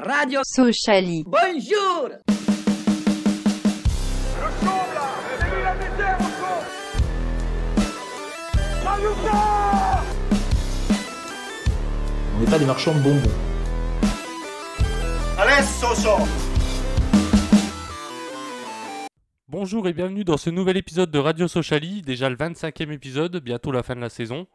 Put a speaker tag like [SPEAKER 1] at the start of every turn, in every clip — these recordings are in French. [SPEAKER 1] Radio
[SPEAKER 2] Sociali.
[SPEAKER 1] Bonjour
[SPEAKER 3] Le chauve là C'est lui la misère au fond Saluta
[SPEAKER 4] On n'est pas des marchands de bonbons.
[SPEAKER 3] Adesso so
[SPEAKER 5] Bonjour et bienvenue dans ce nouvel épisode de Radio Sociali, déjà le 25e épisode, bientôt la fin de la saison.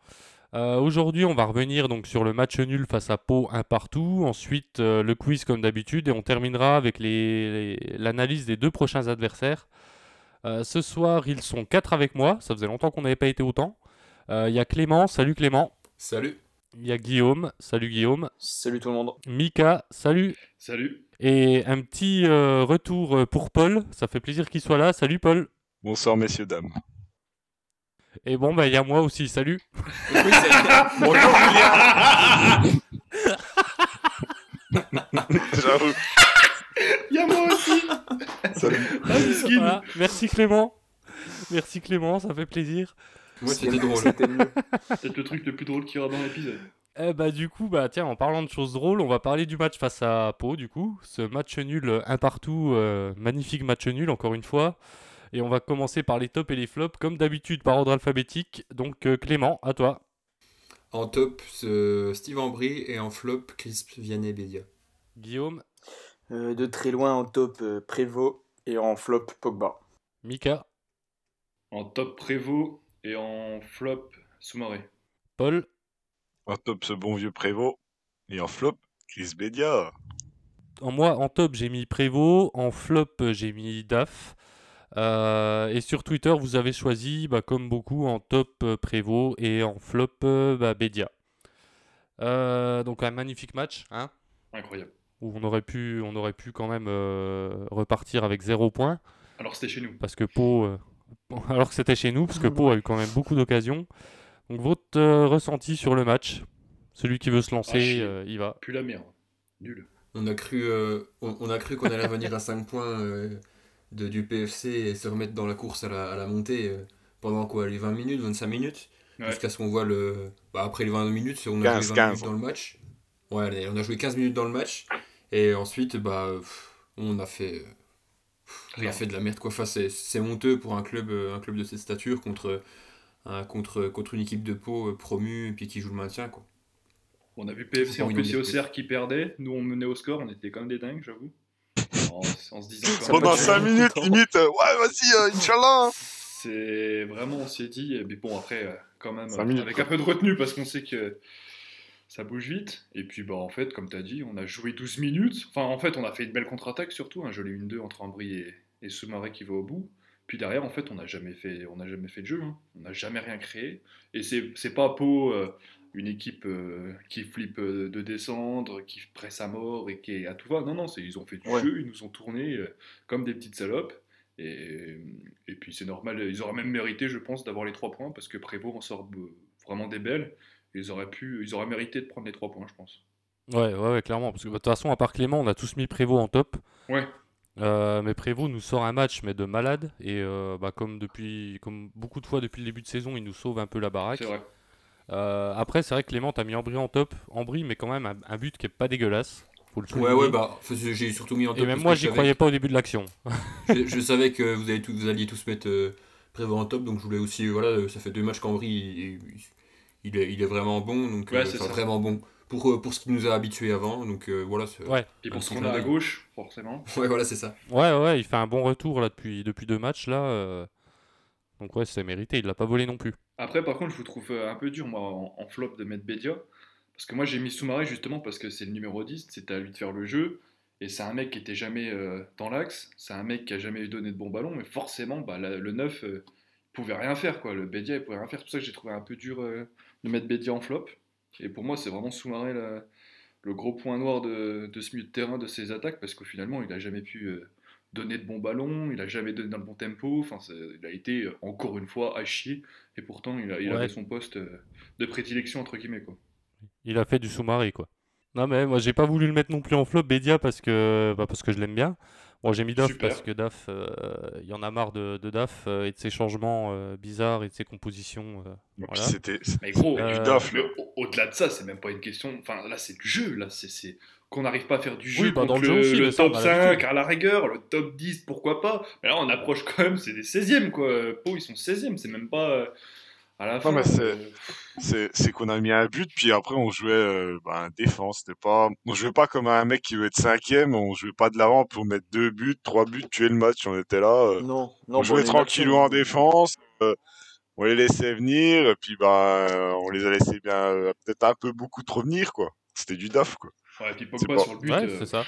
[SPEAKER 5] Euh, Aujourd'hui, on va revenir donc sur le match nul face à Pau, un partout. Ensuite, euh, le quiz comme d'habitude et on terminera avec les- les- l'analyse des deux prochains adversaires. Euh, ce soir, ils sont quatre avec moi. Ça faisait longtemps qu'on n'avait pas été autant. Euh, Il y a Clément, salut Clément.
[SPEAKER 6] Salut.
[SPEAKER 5] Il y a Guillaume, salut Guillaume.
[SPEAKER 7] Salut tout le monde.
[SPEAKER 5] Mika, salut.
[SPEAKER 6] Salut.
[SPEAKER 5] Et un petit euh, retour euh, pour Paul. Ça fait plaisir qu'il soit là. Salut Paul.
[SPEAKER 8] Bonsoir messieurs, dames.
[SPEAKER 5] Et bon, bah, il y a moi aussi. Salut.
[SPEAKER 6] Bonjour Julien.
[SPEAKER 8] J'avoue.
[SPEAKER 6] Il y a moi aussi.
[SPEAKER 8] Salut.
[SPEAKER 6] Ah, miskin.
[SPEAKER 5] Voilà. Merci Clément. Merci Clément, ça fait plaisir.
[SPEAKER 6] Moi, c'était drôle.
[SPEAKER 7] C'était mieux.
[SPEAKER 6] Peut-être le truc le plus drôle qu'il y aura dans l'épisode.
[SPEAKER 5] Eh bah du coup, bah tiens, en parlant de choses drôles, on va parler du match face à Pau du coup. Ce match nul euh, un partout, euh, magnifique match nul encore une fois. Et on va commencer par les tops et les flops, comme d'habitude par ordre alphabétique. Donc euh, Clément, à toi.
[SPEAKER 9] En top, ce- Steve Ambry et en flop, Crisp Vianney Bédia.
[SPEAKER 5] Guillaume,
[SPEAKER 7] Euh, de très loin en top, euh, Prévost et en flop, Pogba.
[SPEAKER 5] Mika,
[SPEAKER 10] En top Prévost et en flop Soumaré.
[SPEAKER 5] Paul,
[SPEAKER 8] En top ce bon vieux Prévost. Et en flop, Chris Bedia.
[SPEAKER 5] en moi, en top, j'ai mis Prévost, en flop, euh, j'ai mis DAF. Euh, et sur Twitter, vous avez choisi, bah, comme beaucoup, en top euh, Prévost et en flop euh, bah, Bedia. Euh, donc un magnifique match, hein,
[SPEAKER 10] Incroyable.
[SPEAKER 5] où on aurait pu, on aurait pu quand même euh, repartir avec zéro point,
[SPEAKER 10] Alors c'était chez nous.
[SPEAKER 5] parce que Pau, euh, alors que c'était chez nous, parce que Pau a eu quand même beaucoup d'occasions. Donc votre euh, ressenti sur le match, celui qui veut se lancer,
[SPEAKER 10] chier.
[SPEAKER 5] euh, il va.
[SPEAKER 10] Plus la merde. Nul.
[SPEAKER 9] On a cru euh, on, on a cru qu'on allait revenir à 5 points euh, de, du PFC et se remettre dans la course à la, à la montée euh, pendant quoi Les 20 minutes, 25 minutes
[SPEAKER 10] Ouais.
[SPEAKER 9] Jusqu'à ce qu'on voit le. bah, après les 20 minutes, on a
[SPEAKER 8] 15,
[SPEAKER 9] joué 20
[SPEAKER 8] 15.
[SPEAKER 9] minutes dans le match. Ouais, allez, on a joué 15 minutes dans le match. Et ensuite, bah, pff, on a fait. pff, on a
[SPEAKER 10] Rien.
[SPEAKER 9] fait de la merde quoi. Enfin, c'est- c'est honteux pour un club, euh, un club de cette stature contre, euh, un- contre, euh, contre une équipe de peau promue et puis qui joue le maintien quoi.
[SPEAKER 10] On a vu PFC en
[SPEAKER 9] Oui,
[SPEAKER 10] plus
[SPEAKER 9] non,
[SPEAKER 10] et
[SPEAKER 9] mais-
[SPEAKER 10] Auxerre qui perdait. Nous on menait au score, on était quand même des dingues, j'avoue. En, en se disant quand même
[SPEAKER 8] Pendant
[SPEAKER 10] que-
[SPEAKER 8] 5 minutes, limite. euh, ouais, vas-y, euh, Inch'Allah.
[SPEAKER 10] C'est vraiment, on s'est dit, mais bon après, euh, quand même,
[SPEAKER 8] Cinq
[SPEAKER 10] euh,
[SPEAKER 8] minutes,
[SPEAKER 10] avec
[SPEAKER 8] quoi.
[SPEAKER 10] un peu de retenue parce qu'on sait que ça bouge vite. Et puis bah en fait, comme t'as dit, on a joué 12 minutes. Enfin en fait, on a fait une belle contre-attaque surtout, hein, un joli 1-2 entre Ambry et, et Soumaré qui va au bout. Puis derrière, en fait, on n'a jamais fait, on n'a jamais fait de jeu. hein. On n'a jamais rien créé. Et c'est c'est pas Pau, euh, une équipe euh, qui flippe euh, de descendre, qui presse à mort et qui est à tout va. Non non, c'est ils ont fait du
[SPEAKER 7] Ouais.
[SPEAKER 10] jeu, ils nous ont tourné euh, comme des petites salopes. Et, et puis c'est normal, ils auraient même mérité, je pense, d'avoir les trois points parce que Prévost en sort euh, vraiment des belles. Et Ils auraient, pu, ils auraient mérité de prendre les trois points, je pense.
[SPEAKER 5] Ouais, ouais, ouais, clairement. Parce que bah, de toute façon, à part Clément, on a tous mis Prévost en top.
[SPEAKER 10] Ouais.
[SPEAKER 5] Euh, mais Prévost nous sort un match, mais de malade. Et euh, bah, comme, depuis, comme beaucoup de fois depuis le début de saison, il nous sauve un peu la baraque.
[SPEAKER 10] C'est vrai.
[SPEAKER 5] Euh, après, c'est vrai que Clément, t'as mis Ambry en top. Ambry, mais quand même un, un but qui est pas dégueulasse. Faut le
[SPEAKER 9] Ouais,
[SPEAKER 5] souligner.
[SPEAKER 9] ouais, bah, enfin, c'est- j'ai surtout mis en top.
[SPEAKER 5] Et même
[SPEAKER 9] parce
[SPEAKER 5] moi,
[SPEAKER 9] que je
[SPEAKER 5] j'y
[SPEAKER 9] savais-
[SPEAKER 5] croyais pas au début de l'action.
[SPEAKER 9] je, je savais que vous, avez tous- vous alliez tous mettre euh, Prévost en top, donc je voulais aussi. Voilà, euh, ça fait deux matchs qu'Henri, il, il est, il est vraiment bon, donc
[SPEAKER 10] Ouais,
[SPEAKER 9] euh,
[SPEAKER 10] c'est
[SPEAKER 9] enfin,
[SPEAKER 10] ça.
[SPEAKER 9] vraiment bon pour, euh, pour ce qu'il nous a habitués avant, donc euh, voilà. c'est-
[SPEAKER 5] Ouais.
[SPEAKER 10] Et
[SPEAKER 9] Un
[SPEAKER 10] pour ce
[SPEAKER 9] petit
[SPEAKER 10] qu'on a à
[SPEAKER 9] travail.
[SPEAKER 10] gauche, forcément.
[SPEAKER 9] ouais, voilà, c'est ça.
[SPEAKER 5] Ouais, ouais, il fait un bon retour là depuis, depuis deux matchs. là. euh. Donc, ouais, c'est mérité. Il l'a pas volé non plus.
[SPEAKER 10] Après, par contre, je vous trouve euh, un peu dur, moi, en, en flop de mettre Bedia. Parce que moi, j'ai mis Soumaré justement parce que c'est le numéro 10, c'était à lui de faire le jeu. Et c'est un mec qui était jamais euh, dans l'axe, c'est un mec qui a jamais eu donné de bon ballon, mais forcément, bah, la- le 9 euh, pouvait rien faire, quoi. Le Bedia, il pouvait rien faire. C'est pour ça que j'ai trouvé un peu dur euh, de mettre Bedia en flop. Et pour moi, c'est vraiment Soumaré la- le gros point noir de, de ce milieu de terrain, de ses attaques, parce que finalement, il a jamais pu. euh, donner de bons ballons, il a jamais donné dans le bon tempo, enfin, c'est- il a été euh, encore une fois à chier et pourtant, il, a, il
[SPEAKER 5] Ouais.
[SPEAKER 10] avait son poste euh, de prédilection, entre guillemets. Quoi.
[SPEAKER 5] Il a fait du sous-marin, quoi. Non, mais moi, j'ai pas voulu le mettre non plus en flop, Bédia, parce que, bah, parce que je l'aime bien. Moi, j'ai mis Daf
[SPEAKER 10] Super.
[SPEAKER 5] parce que Daf, euh, il y en a marre de, de Daf euh, et de ses changements euh, bizarres et de ses compositions. euh.
[SPEAKER 8] Bon, puis
[SPEAKER 5] Voilà.
[SPEAKER 8] C'était.
[SPEAKER 10] Mais gros,
[SPEAKER 5] Euh,
[SPEAKER 8] Du daf,
[SPEAKER 10] mais
[SPEAKER 8] là.
[SPEAKER 10] au- au-delà de ça, c'est même pas une question. Enfin, là, c'est du jeu. Là, c'est, c'est- qu'on n'arrive pas à faire du jeu
[SPEAKER 5] Oui, bah, dans
[SPEAKER 10] contre
[SPEAKER 5] le jeu
[SPEAKER 10] le,
[SPEAKER 5] aussi,
[SPEAKER 10] le
[SPEAKER 5] mais ça, on
[SPEAKER 10] top
[SPEAKER 5] a
[SPEAKER 10] 5
[SPEAKER 5] l'habitude.
[SPEAKER 10] à la rigueur, le top 10, pourquoi pas. Mais là, on approche quand même, c'est des 16e, quoi. Pau, ils sont 16e, c'est même pas euh, à la fin.
[SPEAKER 8] mais c'est- C'est c'est qu'on a mis un but, puis après on jouait euh, ben, défense. C'était pas, on jouait pas comme un mec qui veut être cinquième. On jouait pas de l'avant pour mettre deux buts, trois buts, tuer le match. On était là, euh,
[SPEAKER 7] Non, non,
[SPEAKER 8] on jouait tranquillement en
[SPEAKER 7] défense.
[SPEAKER 8] défense. euh, on les laissait venir, et puis ben euh, on les a laissés bien euh, peut-être un peu beaucoup trop venir quoi. C'était du daf quoi.
[SPEAKER 10] Ouais, et puis
[SPEAKER 8] c'est
[SPEAKER 10] Pogba
[SPEAKER 8] pas-
[SPEAKER 10] sur le but.
[SPEAKER 5] ouais,
[SPEAKER 10] euh,
[SPEAKER 5] c'est ça.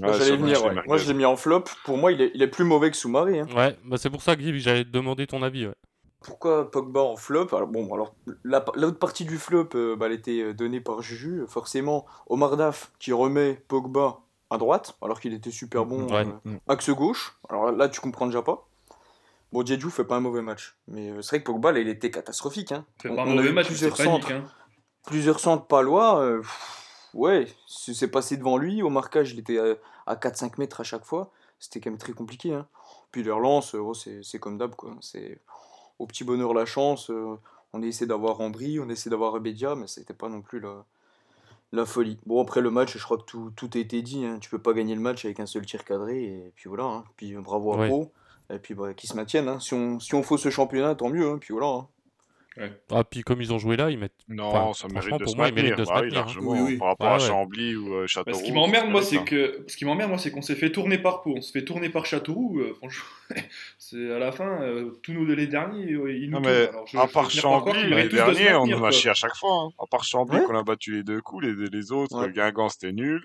[SPEAKER 8] Ouais, sur
[SPEAKER 7] J'allais
[SPEAKER 8] le
[SPEAKER 7] Ah, venir,
[SPEAKER 8] marché
[SPEAKER 7] ouais.
[SPEAKER 8] Marquez.
[SPEAKER 7] Moi, Bah, je l'ai mis en flop. Pour moi, il est, il est plus mauvais que Soumaré. hein.
[SPEAKER 5] Ouais, bah c'est pour ça que j'allais te demander ton avis. ouais.
[SPEAKER 7] Pourquoi Pogba en flop Alors, bon, alors, la- l'autre partie du flop, euh, bah, elle était euh, donnée par Juju. Forcément, Omar Daf qui remet Pogba à droite, alors qu'il était super bon.
[SPEAKER 5] Ouais.
[SPEAKER 7] euh, axe gauche. Alors là, tu comprends déjà pas. Bon, Djedju fait pas un mauvais match. Mais euh, c'est vrai que Pogba, là, il était catastrophique. hein.
[SPEAKER 10] fait
[SPEAKER 7] On-
[SPEAKER 10] pas un
[SPEAKER 7] on a
[SPEAKER 10] mauvais
[SPEAKER 7] eu
[SPEAKER 10] match, mais c'est
[SPEAKER 7] plusieurs
[SPEAKER 10] panique.
[SPEAKER 7] centres.
[SPEAKER 10] Hein.
[SPEAKER 7] plusieurs centres palois, euh, pff, ouais, c'est c'est passé devant lui. Au marquage, il était euh, à 4-5 mètres à chaque fois. C'était quand même très compliqué. hein. Puis les relances, euh, oh, c'est c'est comme d'hab. quoi. C'est au petit bonheur la chance. euh, on a essayé d'avoir Ambry, on a essayé d'avoir Abedia, mais c'était pas non plus la, la folie. Bon, après le match, je crois que tout, tout a été dit. hein. Tu peux pas gagner le match avec un seul tir cadré. Et puis voilà. hein. Puis euh, bravo à
[SPEAKER 5] Ouais.
[SPEAKER 7] Pau. Et puis bah, qui se maintiennent. hein. Si, on, si on faut ce championnat, tant mieux. hein. Puis voilà. hein.
[SPEAKER 5] Ah, puis comme ils ont joué là, ils mettent.
[SPEAKER 8] Non,
[SPEAKER 5] Enfin,
[SPEAKER 8] ça
[SPEAKER 5] franchement,
[SPEAKER 8] mérite de
[SPEAKER 5] pour
[SPEAKER 8] se
[SPEAKER 5] moi, il
[SPEAKER 8] maintenir.
[SPEAKER 5] mérite de se
[SPEAKER 8] Bah oui,
[SPEAKER 5] maintenir, hein.
[SPEAKER 8] largement.
[SPEAKER 9] Oui, oui.
[SPEAKER 8] Par rapport
[SPEAKER 5] Ah
[SPEAKER 8] à
[SPEAKER 5] ouais.
[SPEAKER 8] Chambly ou euh, Châteauroux.
[SPEAKER 10] Bah, ce qui m'emmerde, moi, c'est
[SPEAKER 8] hein.
[SPEAKER 10] que ce qui m'emmerde, moi, c'est qu'on s'est fait tourner par Pau, on se fait tourner par Châteauroux. euh, franchement, c'est à la fin, euh, tous nos délais derniers, euh, ils nous
[SPEAKER 8] Non,
[SPEAKER 10] tournent.
[SPEAKER 8] mais
[SPEAKER 10] Alors, je-
[SPEAKER 8] à
[SPEAKER 10] je
[SPEAKER 8] part
[SPEAKER 10] finis par croire
[SPEAKER 8] Chambly,
[SPEAKER 10] qu'ils
[SPEAKER 8] les
[SPEAKER 10] méritent tous de se
[SPEAKER 8] derniers, on
[SPEAKER 10] maintenir,
[SPEAKER 8] en
[SPEAKER 10] quoi.
[SPEAKER 8] a chié à chaque fois. hein. À part Chambly,
[SPEAKER 7] Ouais.
[SPEAKER 8] qu'on a battu les deux coups, les, les autres,
[SPEAKER 7] Ouais.
[SPEAKER 8] Guingamp, c'était nul.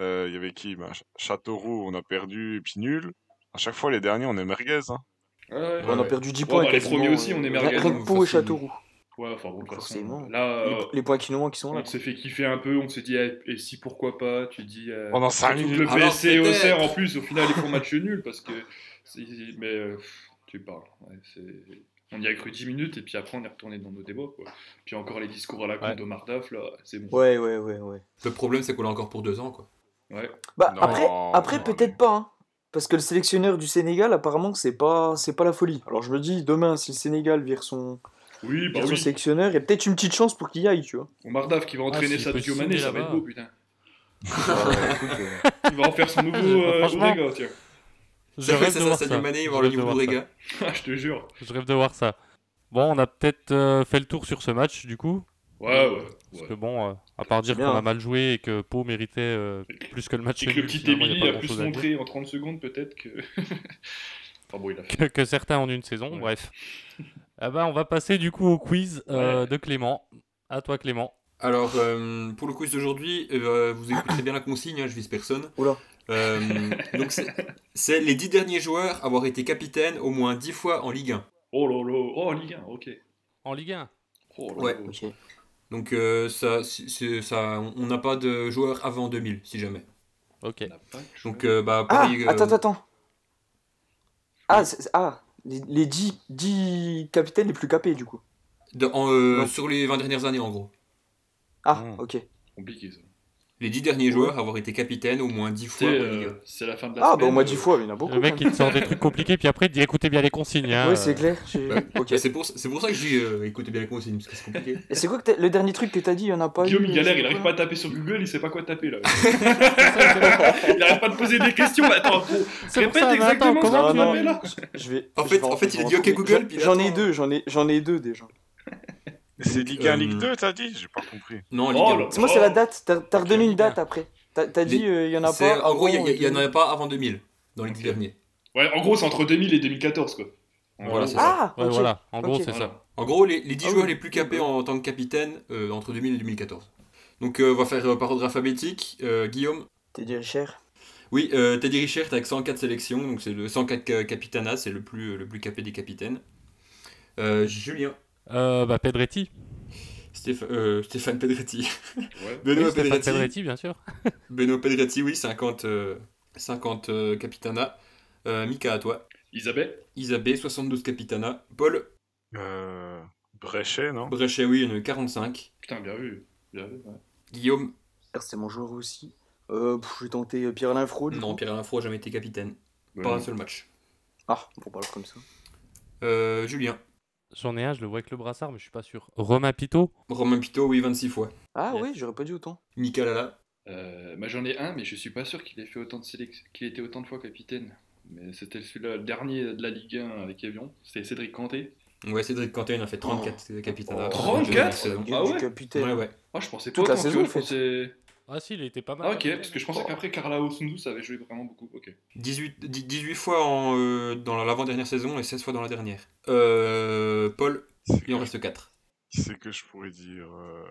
[SPEAKER 8] Euh, Il y avait qui ben, Ch- Châteauroux, on a perdu, et puis nul. À chaque fois, les derniers, on est merguez. Hein.
[SPEAKER 10] Ouais, ouais.
[SPEAKER 7] on a
[SPEAKER 9] ouais.
[SPEAKER 7] perdu 10
[SPEAKER 10] Ouais,
[SPEAKER 7] points.
[SPEAKER 10] bah, les
[SPEAKER 7] quasiment,
[SPEAKER 10] premiers aussi,
[SPEAKER 7] euh,
[SPEAKER 10] on est
[SPEAKER 7] rien-
[SPEAKER 10] merguez,
[SPEAKER 7] Rien
[SPEAKER 9] hein,
[SPEAKER 7] que Pau et
[SPEAKER 9] facile.
[SPEAKER 7] Châteauroux.
[SPEAKER 10] Ouais, enfin bon, de toute façon,
[SPEAKER 7] Forcément.
[SPEAKER 10] Là,
[SPEAKER 7] Les-
[SPEAKER 10] euh,
[SPEAKER 7] les points qui nous manquent, qui sont là.
[SPEAKER 10] on s'est fait kiffer un peu, on s'est dit, eh, et si pourquoi pas, tu dis. euh,
[SPEAKER 8] Pendant 5
[SPEAKER 10] surtout que
[SPEAKER 8] minutes.
[SPEAKER 10] le
[SPEAKER 9] Alors,
[SPEAKER 10] PSC et
[SPEAKER 9] peut-être.
[SPEAKER 10] Auxerre, en plus, au final, ils font match nul parce que. c'est- Mais euh, pff, tu parles. ouais, c'est- on y a cru 10 minutes et puis après, on est retourné dans nos débats. Quoi. Puis encore les discours à la con
[SPEAKER 5] Ouais.
[SPEAKER 10] d'Omar Daf, là, c'est bon.
[SPEAKER 7] Ouais, ouais, ouais, ouais.
[SPEAKER 9] Le problème, c'est qu'on l'a encore pour deux ans, quoi.
[SPEAKER 7] Bah,
[SPEAKER 8] Non,
[SPEAKER 7] après,
[SPEAKER 8] non,
[SPEAKER 7] après
[SPEAKER 8] non,
[SPEAKER 7] peut-être
[SPEAKER 8] mais-
[SPEAKER 7] pas. hein. Parce que le sélectionneur du Sénégal, apparemment, c'est pas, c'est pas la folie. Alors je me dis, demain, si le Sénégal vire son,
[SPEAKER 10] Oui, bah
[SPEAKER 7] vire son
[SPEAKER 10] oui.
[SPEAKER 7] sélectionneur, il y a peut-être une petite chance pour qu'il y aille, tu vois.
[SPEAKER 10] Omar Daf qui va entraîner
[SPEAKER 5] s'il
[SPEAKER 10] ça
[SPEAKER 5] peut
[SPEAKER 10] Sadio
[SPEAKER 5] signer
[SPEAKER 10] Mané, ça va être
[SPEAKER 5] là-bas.
[SPEAKER 10] beau, putain. Ah
[SPEAKER 7] Ouais, écoute, euh,
[SPEAKER 10] Il va en faire son nouveau euh,
[SPEAKER 5] Franchement.
[SPEAKER 10] Ortega, tiens.
[SPEAKER 5] Je
[SPEAKER 9] Ça fait
[SPEAKER 5] rêve de
[SPEAKER 9] ça,
[SPEAKER 5] voir
[SPEAKER 9] ça
[SPEAKER 5] ça.
[SPEAKER 9] du Mané,
[SPEAKER 5] Je
[SPEAKER 9] voir le
[SPEAKER 5] rêve de
[SPEAKER 9] niveau
[SPEAKER 5] voir ça.
[SPEAKER 9] Bourrega.
[SPEAKER 10] Ah, je te jure.
[SPEAKER 5] Je rêve de voir ça. Bon, on a peut-être euh, fait le tour sur ce match, du coup.
[SPEAKER 10] Ouais, ouais.
[SPEAKER 5] Parce
[SPEAKER 10] ouais.
[SPEAKER 5] que bon, euh, à part dire
[SPEAKER 7] Bien.
[SPEAKER 5] qu'on a mal joué et que Pau méritait euh, plus que le match
[SPEAKER 10] Et que
[SPEAKER 5] nul,
[SPEAKER 10] le petit
[SPEAKER 5] finalement, y
[SPEAKER 10] Emily
[SPEAKER 5] pas
[SPEAKER 10] a pu
[SPEAKER 5] grand-chose
[SPEAKER 10] se
[SPEAKER 5] à dire.
[SPEAKER 10] montrer en 30 secondes, peut-être que. Enfin bon, il a fait.
[SPEAKER 5] que, que certains en une saison,
[SPEAKER 10] Ouais.
[SPEAKER 5] bref. Ah bah, on va passer du coup au quiz euh, de Clément. À toi Clément.
[SPEAKER 9] Alors, euh, pour le quiz d'aujourd'hui, euh, vous écoutez bien la consigne, hein, je vise personne.
[SPEAKER 7] Oula.
[SPEAKER 9] Euh, donc, c'est- c'est les dix derniers joueurs à avoir été capitaine au moins dix fois en Ligue 1.
[SPEAKER 10] Oh là là, oh Ligue 1, ok.
[SPEAKER 5] En Ligue 1
[SPEAKER 10] Oh là
[SPEAKER 9] Ouais.
[SPEAKER 10] là.
[SPEAKER 7] ok.
[SPEAKER 9] Donc, euh, ça, c'est- c'est- ça, on on n'a pas de joueur avant 2000, si jamais.
[SPEAKER 5] Ok.
[SPEAKER 10] On n'a pas de
[SPEAKER 9] Donc,
[SPEAKER 10] chance.
[SPEAKER 9] euh, bah,
[SPEAKER 7] Ah,
[SPEAKER 9] pareil, euh,
[SPEAKER 7] attends, attends. Ah, c'est- ah les, les 10, 10 capitaines les plus capés, du coup.
[SPEAKER 9] de- en, euh,
[SPEAKER 7] Non.
[SPEAKER 9] sur les 20 dernières années, en gros.
[SPEAKER 7] Ah,
[SPEAKER 10] Mmh.
[SPEAKER 8] Hmm.
[SPEAKER 7] ok.
[SPEAKER 10] compliqué ça.
[SPEAKER 9] Les dix derniers joueurs à avoir été capitaine au moins dix
[SPEAKER 10] C'est
[SPEAKER 9] fois en Ligue 1.
[SPEAKER 10] euh, c'est la fin de la
[SPEAKER 7] Ah,
[SPEAKER 10] semaine.
[SPEAKER 7] bah au moins 10
[SPEAKER 10] euh,
[SPEAKER 7] fois, il y en a beaucoup.
[SPEAKER 5] Le mec
[SPEAKER 7] hein.
[SPEAKER 5] il te sort des trucs compliqués puis après il te dit écoutez bien les consignes. hein,
[SPEAKER 7] Ouais,
[SPEAKER 5] euh.
[SPEAKER 7] c'est clair. j'ai- Ok.
[SPEAKER 9] Bah, C'est pour, c'est pour ça que je dis euh, écoutez bien la consigne, parce que c'est compliqué.
[SPEAKER 7] Et c'est quoi que t'as- le dernier truc que t'as dit, il y en a pas
[SPEAKER 10] Guillaume
[SPEAKER 7] eu,
[SPEAKER 10] il galère,
[SPEAKER 7] c'est
[SPEAKER 10] il arrive
[SPEAKER 7] quoi
[SPEAKER 10] pas à taper sur Google, il sait pas quoi taper là. il arrive pas à te poser des questions. Attends, bon,
[SPEAKER 5] C'est pour
[SPEAKER 10] répète
[SPEAKER 5] ça, mais attends,
[SPEAKER 10] exactement
[SPEAKER 5] comment
[SPEAKER 10] ce
[SPEAKER 7] tu
[SPEAKER 10] qu'on
[SPEAKER 7] l'as
[SPEAKER 10] avait là.
[SPEAKER 7] Je vais.
[SPEAKER 9] En
[SPEAKER 7] je
[SPEAKER 9] fait-
[SPEAKER 7] vais
[SPEAKER 9] en fait, il
[SPEAKER 7] je vais
[SPEAKER 9] a dit,
[SPEAKER 7] en
[SPEAKER 9] ok,
[SPEAKER 7] trouver.
[SPEAKER 9] Google, puis
[SPEAKER 7] J'en- J'en ai
[SPEAKER 9] attends.
[SPEAKER 7] deux, j'en ai, j'en ai deux déjà.
[SPEAKER 8] C'est Ligue 1,
[SPEAKER 9] Euh,
[SPEAKER 8] Ligue 2, t'as dit J'ai pas compris.
[SPEAKER 9] Non,
[SPEAKER 10] Oh
[SPEAKER 9] Ligue 1.
[SPEAKER 10] là
[SPEAKER 7] C'est moi, c'est la date. T'as t'as
[SPEAKER 8] Ok,
[SPEAKER 7] redonné une
[SPEAKER 8] bien.
[SPEAKER 7] date après. T'as t'as dit,
[SPEAKER 9] Les-
[SPEAKER 7] euh, il y en a
[SPEAKER 9] C'est-
[SPEAKER 7] pas.
[SPEAKER 9] En gros, il
[SPEAKER 7] avant,
[SPEAKER 9] n'y en
[SPEAKER 7] euh,
[SPEAKER 9] a pas avant 2000, dans les dix
[SPEAKER 10] Ok.
[SPEAKER 9] derniers.
[SPEAKER 10] Ouais, en gros, c'est entre 2000 et 2014 quoi. En
[SPEAKER 9] Voilà,
[SPEAKER 10] gros,
[SPEAKER 9] c'est ça.
[SPEAKER 7] Ah,
[SPEAKER 5] Ouais,
[SPEAKER 7] ok.
[SPEAKER 5] voilà, en gros
[SPEAKER 7] Ok.
[SPEAKER 5] c'est ça.
[SPEAKER 10] voilà.
[SPEAKER 9] En gros, les, les 10
[SPEAKER 7] Ah
[SPEAKER 9] joueurs
[SPEAKER 7] oui.
[SPEAKER 9] les plus capés en tant que capitaine euh, entre 2000 et 2014. Donc, euh, on va faire euh, par ordre alphabétique. Euh, Guillaume
[SPEAKER 7] T'es dit cher.
[SPEAKER 9] Oui, euh, Teddy Richert avec 104 sélections, donc c'est le 104 ca- capitana, c'est le plus, le plus capé des capitaines. Euh, Julien
[SPEAKER 5] Euh, bah Pedretti.
[SPEAKER 9] Stéph- euh, Stéphane Pedretti.
[SPEAKER 10] Ouais.
[SPEAKER 9] Benoît
[SPEAKER 5] Oui, Stéphane
[SPEAKER 9] Pedretti.
[SPEAKER 5] Pedretti bien sûr.
[SPEAKER 9] Benoît Pedretti, oui, 50, euh, 50 euh, capitana. Euh, Mika, à toi.
[SPEAKER 10] Isabelle
[SPEAKER 9] Isabé, 72 capitana. Paul
[SPEAKER 8] Euh, Brechet, non
[SPEAKER 9] Brechet, oui, il y en a eu 45.
[SPEAKER 10] Putain, bien vu. Bien vu, ouais.
[SPEAKER 9] Guillaume
[SPEAKER 7] C'est mon joueur aussi. Euh, pff, je vais tenter euh, Pierre Linfro. du
[SPEAKER 9] Non,
[SPEAKER 7] coup.
[SPEAKER 9] Pierre Linfro, jamais été capitaine.
[SPEAKER 10] Ouais,
[SPEAKER 9] Pas un
[SPEAKER 10] non.
[SPEAKER 9] seul match.
[SPEAKER 7] Ah, bon, bah alors comme ça.
[SPEAKER 9] Euh, Julien
[SPEAKER 5] J'en ai un, je le vois avec le brassard mais je suis pas sûr. Romain Pito
[SPEAKER 9] Romain Pito, oui, 26 fois.
[SPEAKER 7] Ah
[SPEAKER 5] Yes.
[SPEAKER 7] oui, j'aurais pas dit autant.
[SPEAKER 9] Mika Lala,
[SPEAKER 10] Euh, bah, J'en ai un, mais je suis pas sûr qu'il ait fait autant de sélec- qu'il était autant de fois capitaine. Mais c'était celui-là, le dernier de la Ligue 1 avec Evian. C'était Cédric Kanté.
[SPEAKER 9] Ouais, Cédric Kanté, il en a fait euh, 34 capitaines.
[SPEAKER 7] Oh,
[SPEAKER 10] 34
[SPEAKER 9] C'est bon.
[SPEAKER 7] Gueule
[SPEAKER 10] Ah
[SPEAKER 7] du
[SPEAKER 10] ouais
[SPEAKER 7] capitaine.
[SPEAKER 9] Ouais, ouais.
[SPEAKER 10] Ah, je pensais pas
[SPEAKER 7] Toute la
[SPEAKER 10] autant, tu
[SPEAKER 7] saison,
[SPEAKER 10] vois,
[SPEAKER 7] en fait.
[SPEAKER 10] je pensais-
[SPEAKER 5] Ah si, il était pas mal.
[SPEAKER 10] Ah, ok, parce que je
[SPEAKER 8] Oh.
[SPEAKER 10] pensais qu'après Carla Osundou, ça avait joué vraiment beaucoup. Ok. Oh,
[SPEAKER 9] 18, dix- 18 fois en, euh, dans la- l'avant-dernière saison et 16 fois dans la dernière. Euh, Paul, il en reste 4.
[SPEAKER 8] Qui c'est que je pourrais dire euh,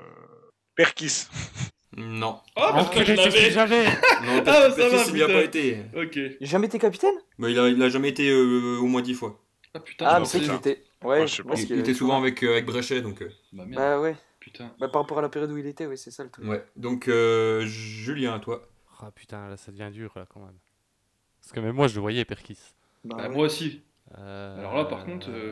[SPEAKER 8] Perkis.
[SPEAKER 9] Non.
[SPEAKER 10] Oh, parce
[SPEAKER 5] Ok,
[SPEAKER 10] que je
[SPEAKER 5] Ah, c'est ce que
[SPEAKER 10] l'avais
[SPEAKER 5] j'avais
[SPEAKER 9] Non,
[SPEAKER 10] Ah,
[SPEAKER 9] parce
[SPEAKER 10] ça
[SPEAKER 9] que
[SPEAKER 10] va,
[SPEAKER 9] il n'y a
[SPEAKER 10] putain.
[SPEAKER 9] pas été.
[SPEAKER 10] Ok.
[SPEAKER 7] Il a jamais été capitaine
[SPEAKER 9] Mais il a, il a jamais été euh, au moins 10 fois.
[SPEAKER 10] Ah putain,
[SPEAKER 7] Ah,
[SPEAKER 8] non,
[SPEAKER 7] mais c'est
[SPEAKER 10] c'est-
[SPEAKER 7] qu'il
[SPEAKER 8] putain.
[SPEAKER 7] était. Ouais,
[SPEAKER 8] Ah, je sais pas.
[SPEAKER 7] parce
[SPEAKER 9] Il,
[SPEAKER 7] qu'il
[SPEAKER 9] il était souvent avec, euh, avec Brechet, donc. euh,
[SPEAKER 10] Bah merde,
[SPEAKER 7] Bah ouais.
[SPEAKER 10] putain.
[SPEAKER 7] Bah, par rapport à la période où il était, ouais, c'est ça le truc.
[SPEAKER 9] ouais. Donc, euh, Julien, toi.
[SPEAKER 5] Ah putain, là ça devient dur là quand même. Parce que même moi je le voyais Perkis.
[SPEAKER 7] Bah,
[SPEAKER 10] Bah,
[SPEAKER 7] ouais.
[SPEAKER 10] Moi aussi.
[SPEAKER 5] Euh,
[SPEAKER 10] Alors là, par contre, euh,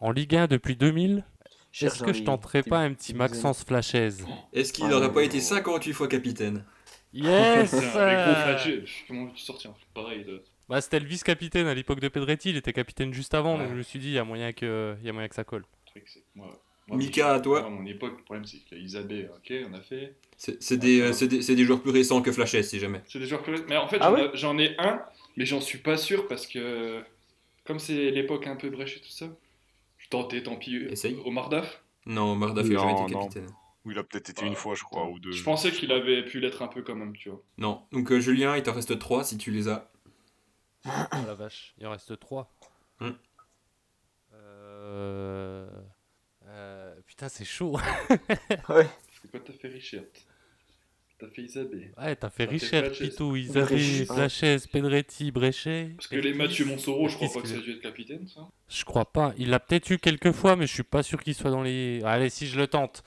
[SPEAKER 5] En Ligue 1 depuis 2000,
[SPEAKER 7] Cher
[SPEAKER 5] est-ce que je
[SPEAKER 7] Jean-Louis,
[SPEAKER 5] tenterais
[SPEAKER 7] t'es-
[SPEAKER 5] pas un petit
[SPEAKER 7] t'es
[SPEAKER 5] Maxence Flashez
[SPEAKER 9] Est-ce qu'il
[SPEAKER 7] Ah,
[SPEAKER 9] n'aurait
[SPEAKER 7] non,
[SPEAKER 9] pas
[SPEAKER 7] non,
[SPEAKER 9] été
[SPEAKER 7] non.
[SPEAKER 9] 58 fois capitaine
[SPEAKER 5] Yes
[SPEAKER 10] Putain, avec gros flashé. Comment veux-tu sortir un truc pareil de-
[SPEAKER 5] Bah c'était le vice-capitaine à l'époque de Pedretti, il était capitaine juste avant, donc
[SPEAKER 10] Ouais.
[SPEAKER 5] je me suis dit, il y, a moyen que... il y a moyen que ça colle.
[SPEAKER 10] truc, c'est que moi.
[SPEAKER 9] Mika, à toi.
[SPEAKER 10] À mon époque, le problème, c'est qu'il y a Isabelle, ok, on a fait.
[SPEAKER 9] C'est c'est des, euh, c'est des, c'est des joueurs plus récents que Flachet, si jamais.
[SPEAKER 10] C'est des joueurs que. Mais en fait,
[SPEAKER 7] Ah
[SPEAKER 10] j'en
[SPEAKER 7] ouais
[SPEAKER 10] ai- j'en ai un, mais j'en suis pas sûr parce que. Comme c'est l'époque un peu brèche et tout ça, je tentais, tant pis.
[SPEAKER 9] Essaye.
[SPEAKER 10] Au Mardaf.
[SPEAKER 9] Non, Mardaf n'a
[SPEAKER 8] Non,
[SPEAKER 9] jamais été
[SPEAKER 8] non.
[SPEAKER 9] capitaine.
[SPEAKER 8] Ou il a peut-être été une fois, je crois, ou deux.
[SPEAKER 10] Je pensais qu'il avait pu l'être un peu quand même, tu vois.
[SPEAKER 9] Non. Donc, euh, Julien, il t'en reste 3 si tu les as.
[SPEAKER 5] Oh la vache, il en reste 3.
[SPEAKER 9] Hmm.
[SPEAKER 5] Euh... euh, Putain, c'est chaud.
[SPEAKER 10] Parce que quand t'as fait Richard, t'as fait Isabelle.
[SPEAKER 5] Ouais, t'as fait
[SPEAKER 10] T'as fait
[SPEAKER 5] Richard,
[SPEAKER 10] Flashez.
[SPEAKER 5] Pitou, Isabelle,
[SPEAKER 7] Flashez.
[SPEAKER 5] Flashez, Pedretti, Bréchet.
[SPEAKER 10] Parce que les
[SPEAKER 5] Perkis.
[SPEAKER 10] Mathieu Monsoro, je crois pas que
[SPEAKER 5] Perkis,
[SPEAKER 10] ça a dû être capitaine, ça.
[SPEAKER 5] Je crois pas. Il l'a peut-être eu quelques fois, mais je suis pas sûr qu'il soit dans les. Allez, si je le tente.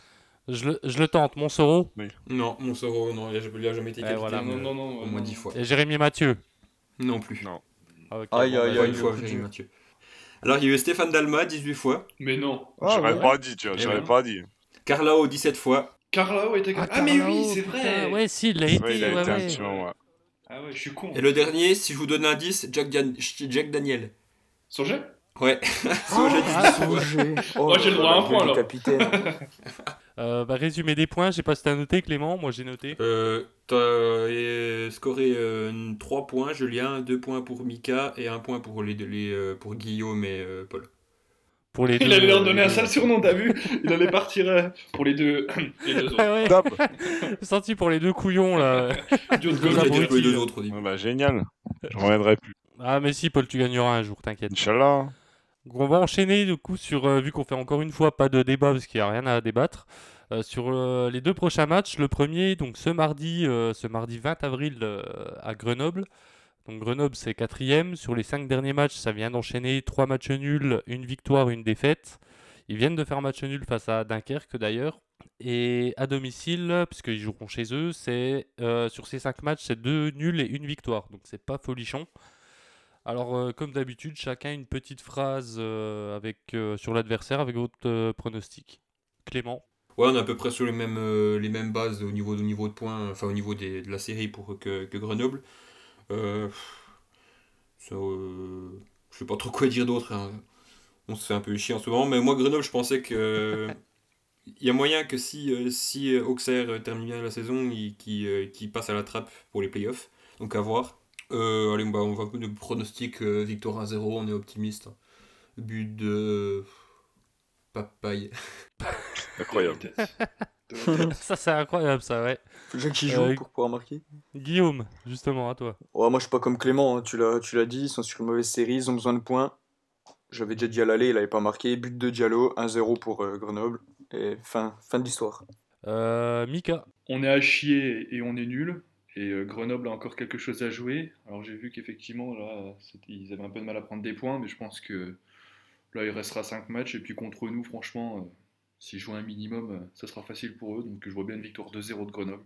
[SPEAKER 5] Je le, je le tente, Monsoro
[SPEAKER 9] Non, Monsoro, non, il a- il a jamais été
[SPEAKER 5] Eh,
[SPEAKER 9] capitaine.
[SPEAKER 5] voilà. Ah,
[SPEAKER 10] non,
[SPEAKER 9] euh,
[SPEAKER 10] non, non.
[SPEAKER 9] Au
[SPEAKER 10] euh,
[SPEAKER 9] moins
[SPEAKER 10] non.
[SPEAKER 9] 10 fois.
[SPEAKER 5] et Jérémy Mathieu.
[SPEAKER 9] Non plus.
[SPEAKER 8] Non.
[SPEAKER 5] Ah, ok,
[SPEAKER 7] Aïe, aïe,
[SPEAKER 5] bon, bah,
[SPEAKER 9] Pas
[SPEAKER 7] aïe.
[SPEAKER 9] une
[SPEAKER 7] le
[SPEAKER 9] fois,
[SPEAKER 7] coup
[SPEAKER 9] Jérémy
[SPEAKER 7] dur.
[SPEAKER 9] Mathieu. Alors, il y a eu Stéphane Dalma, 18 fois.
[SPEAKER 10] Mais non.
[SPEAKER 7] Ah,
[SPEAKER 8] J'aurais
[SPEAKER 7] ouais.
[SPEAKER 8] pas dit, tu vois,
[SPEAKER 9] Eh
[SPEAKER 8] j'aurais
[SPEAKER 9] ouais.
[SPEAKER 8] pas dit.
[SPEAKER 9] Carlao, 17 fois.
[SPEAKER 10] Carlao était
[SPEAKER 5] Ah,
[SPEAKER 10] capitaine. Ah, mais oui,
[SPEAKER 5] Carlao,
[SPEAKER 10] c'est
[SPEAKER 5] putain,
[SPEAKER 10] vrai.
[SPEAKER 5] Ouais, si, il l'a
[SPEAKER 8] C'est
[SPEAKER 5] été.
[SPEAKER 8] vrai, il a
[SPEAKER 5] ouais,
[SPEAKER 8] été un
[SPEAKER 5] ouais.
[SPEAKER 8] petit moment, ouais.
[SPEAKER 10] Ah ouais, je suis con.
[SPEAKER 9] Et le dernier, si je vous donne l'indice, Jack, Dan- Jack Daniel.
[SPEAKER 10] Sorget
[SPEAKER 9] Ouais. Sauger, 19
[SPEAKER 7] Ah,
[SPEAKER 9] fois.
[SPEAKER 7] Sauger. Oh,
[SPEAKER 10] Moi, j'ai le
[SPEAKER 7] là
[SPEAKER 10] droit à
[SPEAKER 7] là,
[SPEAKER 10] un
[SPEAKER 7] gueule
[SPEAKER 10] point,
[SPEAKER 7] du
[SPEAKER 10] alors.
[SPEAKER 7] capitaine.
[SPEAKER 5] Euh, bah, résumé des points, je sais pas si t'as noté, Clément. Moi, j'ai noté.
[SPEAKER 9] Euh, T'as euh, scoré 3 points, Julien, 2 points pour Mika et 1 point pour, les, deux- les, euh, pour Guillaume et euh, Paul.
[SPEAKER 5] Pour les
[SPEAKER 10] Il
[SPEAKER 5] deux,
[SPEAKER 10] allait leur
[SPEAKER 5] euh,
[SPEAKER 10] donner
[SPEAKER 5] les
[SPEAKER 10] un
[SPEAKER 5] deux.
[SPEAKER 10] sale surnom, t'as vu Il allait partir euh, pour les deux, les deux autres.
[SPEAKER 5] Ah ouais,
[SPEAKER 8] Top
[SPEAKER 5] senti pour les deux couillons là.
[SPEAKER 10] Duo de
[SPEAKER 5] Deux
[SPEAKER 9] J'ai
[SPEAKER 10] gauche,
[SPEAKER 5] abrutis. hein.
[SPEAKER 10] duo
[SPEAKER 9] déjà
[SPEAKER 10] de
[SPEAKER 9] joué
[SPEAKER 10] gauche.
[SPEAKER 9] les deux autres au début.
[SPEAKER 8] Ouais, bah, génial. Je reviendrai plus.
[SPEAKER 5] Ah mais si Paul, tu gagneras un jour, t'inquiète.
[SPEAKER 8] Inch'Allah.
[SPEAKER 5] Donc, On va enchaîner du coup sur, euh, vu qu'on fait encore une fois pas de débat parce qu'il n'y a rien à débattre, euh, sur euh, les deux prochains matchs. Le premier, donc ce mardi, euh, ce mardi 20 avril euh, à Grenoble. Donc Grenoble c'est quatrième. Sur les cinq derniers matchs, ça vient d'enchaîner trois matchs nuls, une victoire, une défaite. Ils viennent de faire match nul face à Dunkerque d'ailleurs. Et à domicile, puisqu'ils joueront chez eux, c'est euh, sur ces cinq matchs, c'est deux nuls et une victoire. Donc c'est pas folichon. Alors, euh, comme d'habitude, chacun une petite phrase euh, avec, euh, sur l'adversaire avec votre euh, pronostic. Clément.
[SPEAKER 9] Ouais, on est à peu près sur les mêmes, euh, les mêmes bases au niveau, au niveau de points, enfin au niveau des- de la série pour que, que Grenoble. Euh, pff, ça, euh, je sais pas trop quoi dire d'autre. hein. On se fait un peu chier en ce moment, mais moi Grenoble, je pensais que euh, il y a moyen que si euh, si euh, Auxerre euh, termine bien la saison, il qui passe à la trappe pour les playoffs. Donc à voir. Euh, allez, bah, on va de pronostic euh, victoire à 0 on est optimiste. hein. But de Papaye.
[SPEAKER 8] Incroyable.
[SPEAKER 10] De la tête. De la tête.
[SPEAKER 5] Ça, c'est incroyable, ça, ouais.
[SPEAKER 7] Faut déjà qu'il
[SPEAKER 5] Euh,
[SPEAKER 7] joue pour pouvoir marquer.
[SPEAKER 5] Guillaume, justement, à toi.
[SPEAKER 7] Ouais, moi, je suis pas comme Clément, hein, tu l'as tu l'as dit, ils sont sur une mauvaise série, ils ont besoin de points. J'avais déjà dit à l'aller, il avait pas marqué. But de Diallo, 1-0 pour euh, Grenoble. Et fin, fin de l'histoire.
[SPEAKER 5] Euh, Mika.
[SPEAKER 10] On est à chier et on est nul. Et euh, Grenoble a encore quelque chose à jouer. Alors j'ai vu qu'effectivement, là, c'était- ils avaient un peu de mal à prendre des points, mais je pense que là, il restera 5 matchs. Et puis contre nous, franchement, euh, s'ils jouent un minimum, euh, ça sera facile pour eux. Donc je vois bien une victoire 2-0 de Grenoble.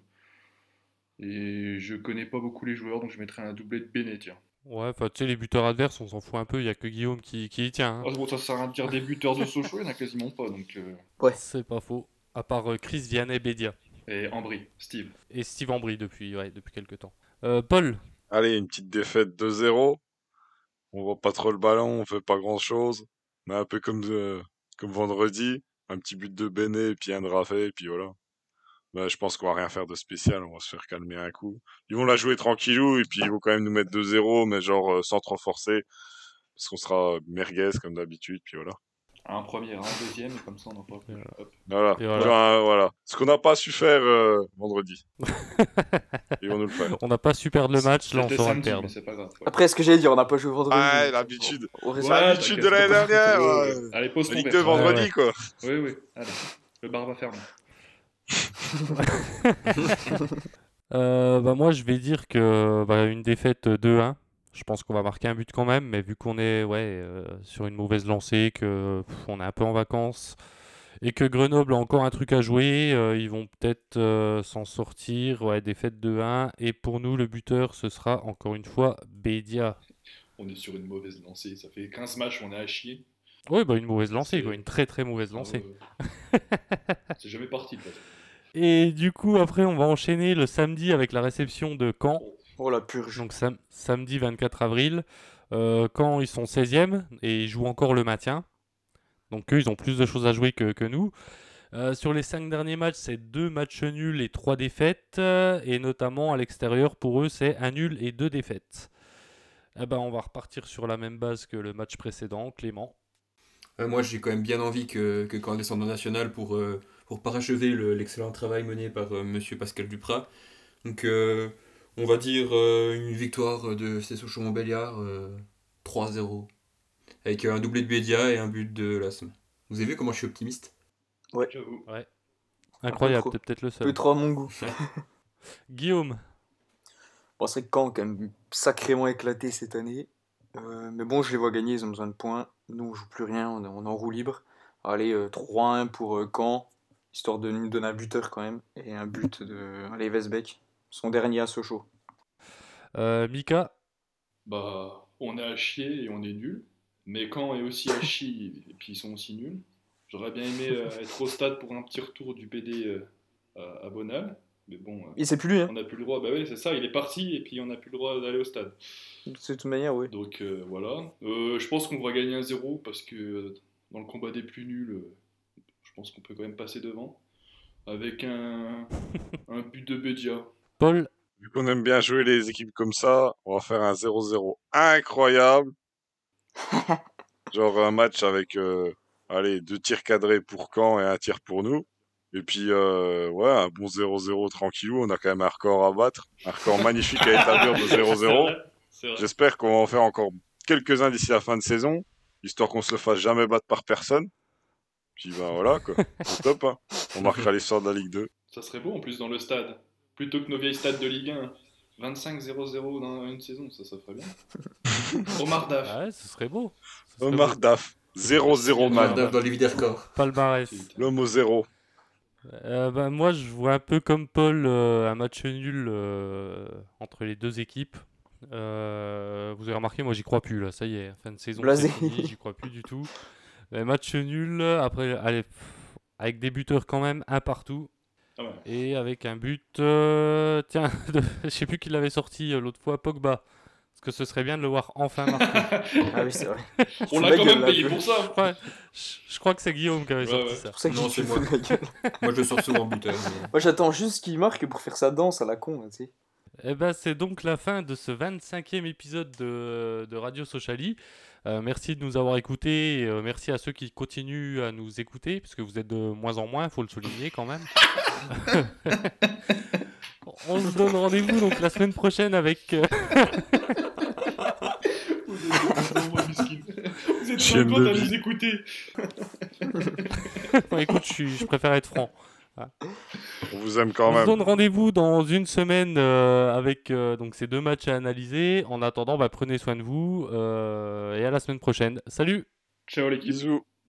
[SPEAKER 10] Et je connais pas beaucoup les joueurs, donc je mettrai un doublé de Béné, tiens.
[SPEAKER 5] Ouais, enfin, tu sais, les buteurs adverses, on s'en fout un peu, il y a que Guillaume qui, qui y tient. hein.
[SPEAKER 10] Ah, bon, ça sert à rien de dire des buteurs de Sochaux, il n'y en a quasiment pas. Donc, euh,
[SPEAKER 5] C'est pas faux. À part euh, Chris Vianney, Bédia.
[SPEAKER 10] Et Ambry, Steve.
[SPEAKER 5] Et Steve Ambry depuis, ouais, depuis quelques temps. Euh, Paul.
[SPEAKER 8] Allez, une petite défaite 2-0. On voit pas trop le ballon, on fait pas grand-chose. Mais un peu comme, euh, comme vendredi, un petit but de Benet, puis un de Raffet, et puis voilà. bah, je pense qu'on va rien faire de spécial, on va se faire calmer un coup. Ils vont la jouer tranquillou et puis ils vont quand même nous mettre 2-0, mais genre euh, sans trop forcer, parce qu'on sera merguez comme d'habitude, puis voilà.
[SPEAKER 10] Un premier, un deuxième, et comme ça on en parle. plus. Hop.
[SPEAKER 8] Voilà,
[SPEAKER 5] Et voilà.
[SPEAKER 8] Genre, euh, voilà. ce qu'on n'a pas su faire euh, vendredi. ils vont nous le faire.
[SPEAKER 5] On n'a pas su perdre le match, là on
[SPEAKER 10] C'était
[SPEAKER 5] saura le
[SPEAKER 10] samedi,
[SPEAKER 5] perdre.
[SPEAKER 10] mais c'est pas grave. ouais.
[SPEAKER 7] Après, ce que j'allais dire, on n'a pas joué vendredi.
[SPEAKER 8] Ah, l'habitude,
[SPEAKER 7] On reste-
[SPEAKER 8] Ouais. l'habitude
[SPEAKER 10] t'inquiète,
[SPEAKER 8] de l'année
[SPEAKER 10] c'est euh, pas grave.
[SPEAKER 8] dernière,
[SPEAKER 10] Ouais,
[SPEAKER 8] ouais.
[SPEAKER 10] ouais. Allez, pose ton
[SPEAKER 8] Ligue
[SPEAKER 10] verre.
[SPEAKER 8] 2 vendredi,
[SPEAKER 5] ouais.
[SPEAKER 8] quoi.
[SPEAKER 10] Oui, oui, allez. Le bar va fermer.
[SPEAKER 5] Euh, bah, moi je vais dire que bah, une défaite euh, 2-1. Je pense qu'on va marquer un but quand même, mais vu qu'on est ouais, euh, sur une mauvaise lancée, que pff, on est un peu en vacances et que Grenoble a encore un truc à jouer, euh, ils vont peut-être euh, s'en sortir. Ouais, défaite 2-1. Et pour nous, le buteur, ce sera encore une fois Bedia.
[SPEAKER 10] On est sur une mauvaise lancée. Ça fait 15 matchs, on est à chier.
[SPEAKER 5] Oui, bah, une mauvaise lancée,
[SPEAKER 10] C'est-
[SPEAKER 5] quoi, une très très mauvaise lancée.
[SPEAKER 10] Euh, C'est jamais parti. de toute façon.
[SPEAKER 5] Et du coup, après, on va enchaîner le samedi avec la réception de Caen.
[SPEAKER 7] Oh la purge.
[SPEAKER 5] Donc sam- samedi 24 avril, euh, quand ils sont 16e et ils jouent encore le maintien. Donc eux, ils ont plus de choses à jouer que, que nous. Euh, sur les 5 derniers matchs, c'est 2 matchs nuls et 3 défaites. euh, et notamment à l'extérieur, pour eux, c'est un nul et 2 défaites. Eh ben, on va repartir sur la même base que le match précédent, Clément.
[SPEAKER 9] Euh, moi, j'ai quand même bien envie que, que quand on descende en national pour, euh, pour parachever le- l'excellent travail mené par euh, Monsieur Pascal Duprat. Donc, euh, on va dire euh, une victoire de Sessouchon Montbéliard, 3-0. Avec euh, un doublé de Bédia et un but de Lassem. Vous avez vu comment je suis optimiste
[SPEAKER 10] J'avoue.
[SPEAKER 5] Incroyable,
[SPEAKER 7] trop.
[SPEAKER 5] t'es peut-être le seul.
[SPEAKER 7] Peu trop à mon goût.
[SPEAKER 5] Guillaume,
[SPEAKER 7] Bon, c'est vrai que Caen, quand même, sacrément éclaté cette année. Euh, mais bon, je les vois gagner, ils ont besoin de points. Nous, on joue plus rien, on est on est en roue libre. Allez, euh, 3-1 pour euh, Caen, histoire de nous donner un buteur quand même. Et un but de allez, Vesbeck, son dernier à Sochaux.
[SPEAKER 5] euh, Mika,
[SPEAKER 10] Bah, on est à chier et on est nul. Mais quand est aussi à chier et puis ils sont aussi nuls, j'aurais bien aimé euh, être au stade pour un petit retour du PD euh, à à Bonal. Mais bon, euh,
[SPEAKER 7] Et c'est plus lui, hein,
[SPEAKER 10] on n'a plus le droit. Bah oui, c'est ça, il est parti et puis on n'a plus le droit d'aller au stade.
[SPEAKER 7] de toute manière, oui.
[SPEAKER 10] Donc euh, voilà. Euh, je pense qu'on va gagner un 0 parce que euh, dans le combat des plus nuls, euh, je pense qu'on peut quand même passer devant. Avec un, un but de Bedia.
[SPEAKER 5] Paul,
[SPEAKER 8] Vu qu'on aime bien jouer les équipes comme ça, on va faire un 0-0 incroyable. Genre un match avec euh, allez, deux tirs cadrés pour Caen et un tir pour nous. Et puis, euh, ouais, un bon 0-0 tranquillou. On a quand même un record à battre. Un record magnifique à établir de 0-0.
[SPEAKER 10] C'est vrai.
[SPEAKER 8] J'espère qu'on va en faire encore quelques-uns d'ici la fin de saison, histoire qu'on se le fasse jamais battre par personne. Puis ben voilà, quoi. C'est top, hein. On marquera l'histoire de la Ligue 2.
[SPEAKER 10] Ça serait beau en plus dans le stade. Plutôt que nos vieilles stades de Ligue 1. 25-0-0 dans une saison, ça, ça ferait bien. Omar Daf.
[SPEAKER 5] ouais, ce serait beau. Ce serait
[SPEAKER 8] Omar
[SPEAKER 5] beau.
[SPEAKER 8] Daf, 0-0
[SPEAKER 9] On
[SPEAKER 8] man.
[SPEAKER 9] a dans les vides records.
[SPEAKER 10] Ah
[SPEAKER 5] Palmarès.
[SPEAKER 8] L'homme au zéro.
[SPEAKER 5] Euh, bah, moi, je vois un peu comme Paul euh, un match nul euh, entre les deux équipes. Euh, vous avez remarqué, moi, j'y crois plus là. Ça y est, fin de saison, c'est
[SPEAKER 7] Blasé.
[SPEAKER 5] fini, j'y crois plus du tout. Mais match nul. Après, allez, pff, avec des buteurs quand même, un partout,
[SPEAKER 10] Ah ouais.
[SPEAKER 5] et avec un but. euh, tiens, de- je sais plus qui l'avait sorti euh, l'autre fois, Pogba. Parce que ce serait bien de le voir enfin marquer.
[SPEAKER 7] Ah oui, c'est vrai.
[SPEAKER 10] On
[SPEAKER 7] Fous
[SPEAKER 10] l'a
[SPEAKER 7] la
[SPEAKER 10] quand
[SPEAKER 7] gueule,
[SPEAKER 10] même
[SPEAKER 7] là,
[SPEAKER 10] payé
[SPEAKER 7] je-
[SPEAKER 10] pour
[SPEAKER 5] je,
[SPEAKER 10] ça.
[SPEAKER 5] crois, je- je crois que c'est Guillaume qui avait
[SPEAKER 10] Ouais,
[SPEAKER 5] sorti
[SPEAKER 10] ouais.
[SPEAKER 5] ça.
[SPEAKER 7] C'est pour ça que
[SPEAKER 9] Non,
[SPEAKER 7] j'ai
[SPEAKER 9] c'est
[SPEAKER 7] fous
[SPEAKER 9] moi.
[SPEAKER 7] la gueule.
[SPEAKER 9] Moi, je le sors souvent buteur. mais- euh,
[SPEAKER 7] Moi, j'attends juste qu'il marque pour faire sa danse à la con, là, tu sais.
[SPEAKER 5] Eh ben, c'est donc la fin de ce 25e épisode de, de Radio Sociali. Euh, merci de nous avoir écoutés. et, euh, merci à ceux qui continuent à nous écouter, parce que vous êtes de moins en moins, il faut le souligner quand même. On se donne rendez-vous donc la semaine prochaine avec. euh,
[SPEAKER 10] Vous êtes vraiment mesquines. Vous êtes
[SPEAKER 8] J'aime
[SPEAKER 10] cinquante
[SPEAKER 8] le
[SPEAKER 10] à
[SPEAKER 8] vie.
[SPEAKER 10] nous écouter.
[SPEAKER 5] bon, écoute, je, suis- je préfère être franc.
[SPEAKER 8] On vous aime
[SPEAKER 5] On
[SPEAKER 8] quand
[SPEAKER 5] se
[SPEAKER 8] même.
[SPEAKER 5] donne rendez-vous dans une semaine euh, avec euh, donc ces deux matchs à analyser. En attendant, bah, prenez soin de vous euh, et à la semaine prochaine. Salut!
[SPEAKER 10] Ciao l'équipe.
[SPEAKER 8] Bisous.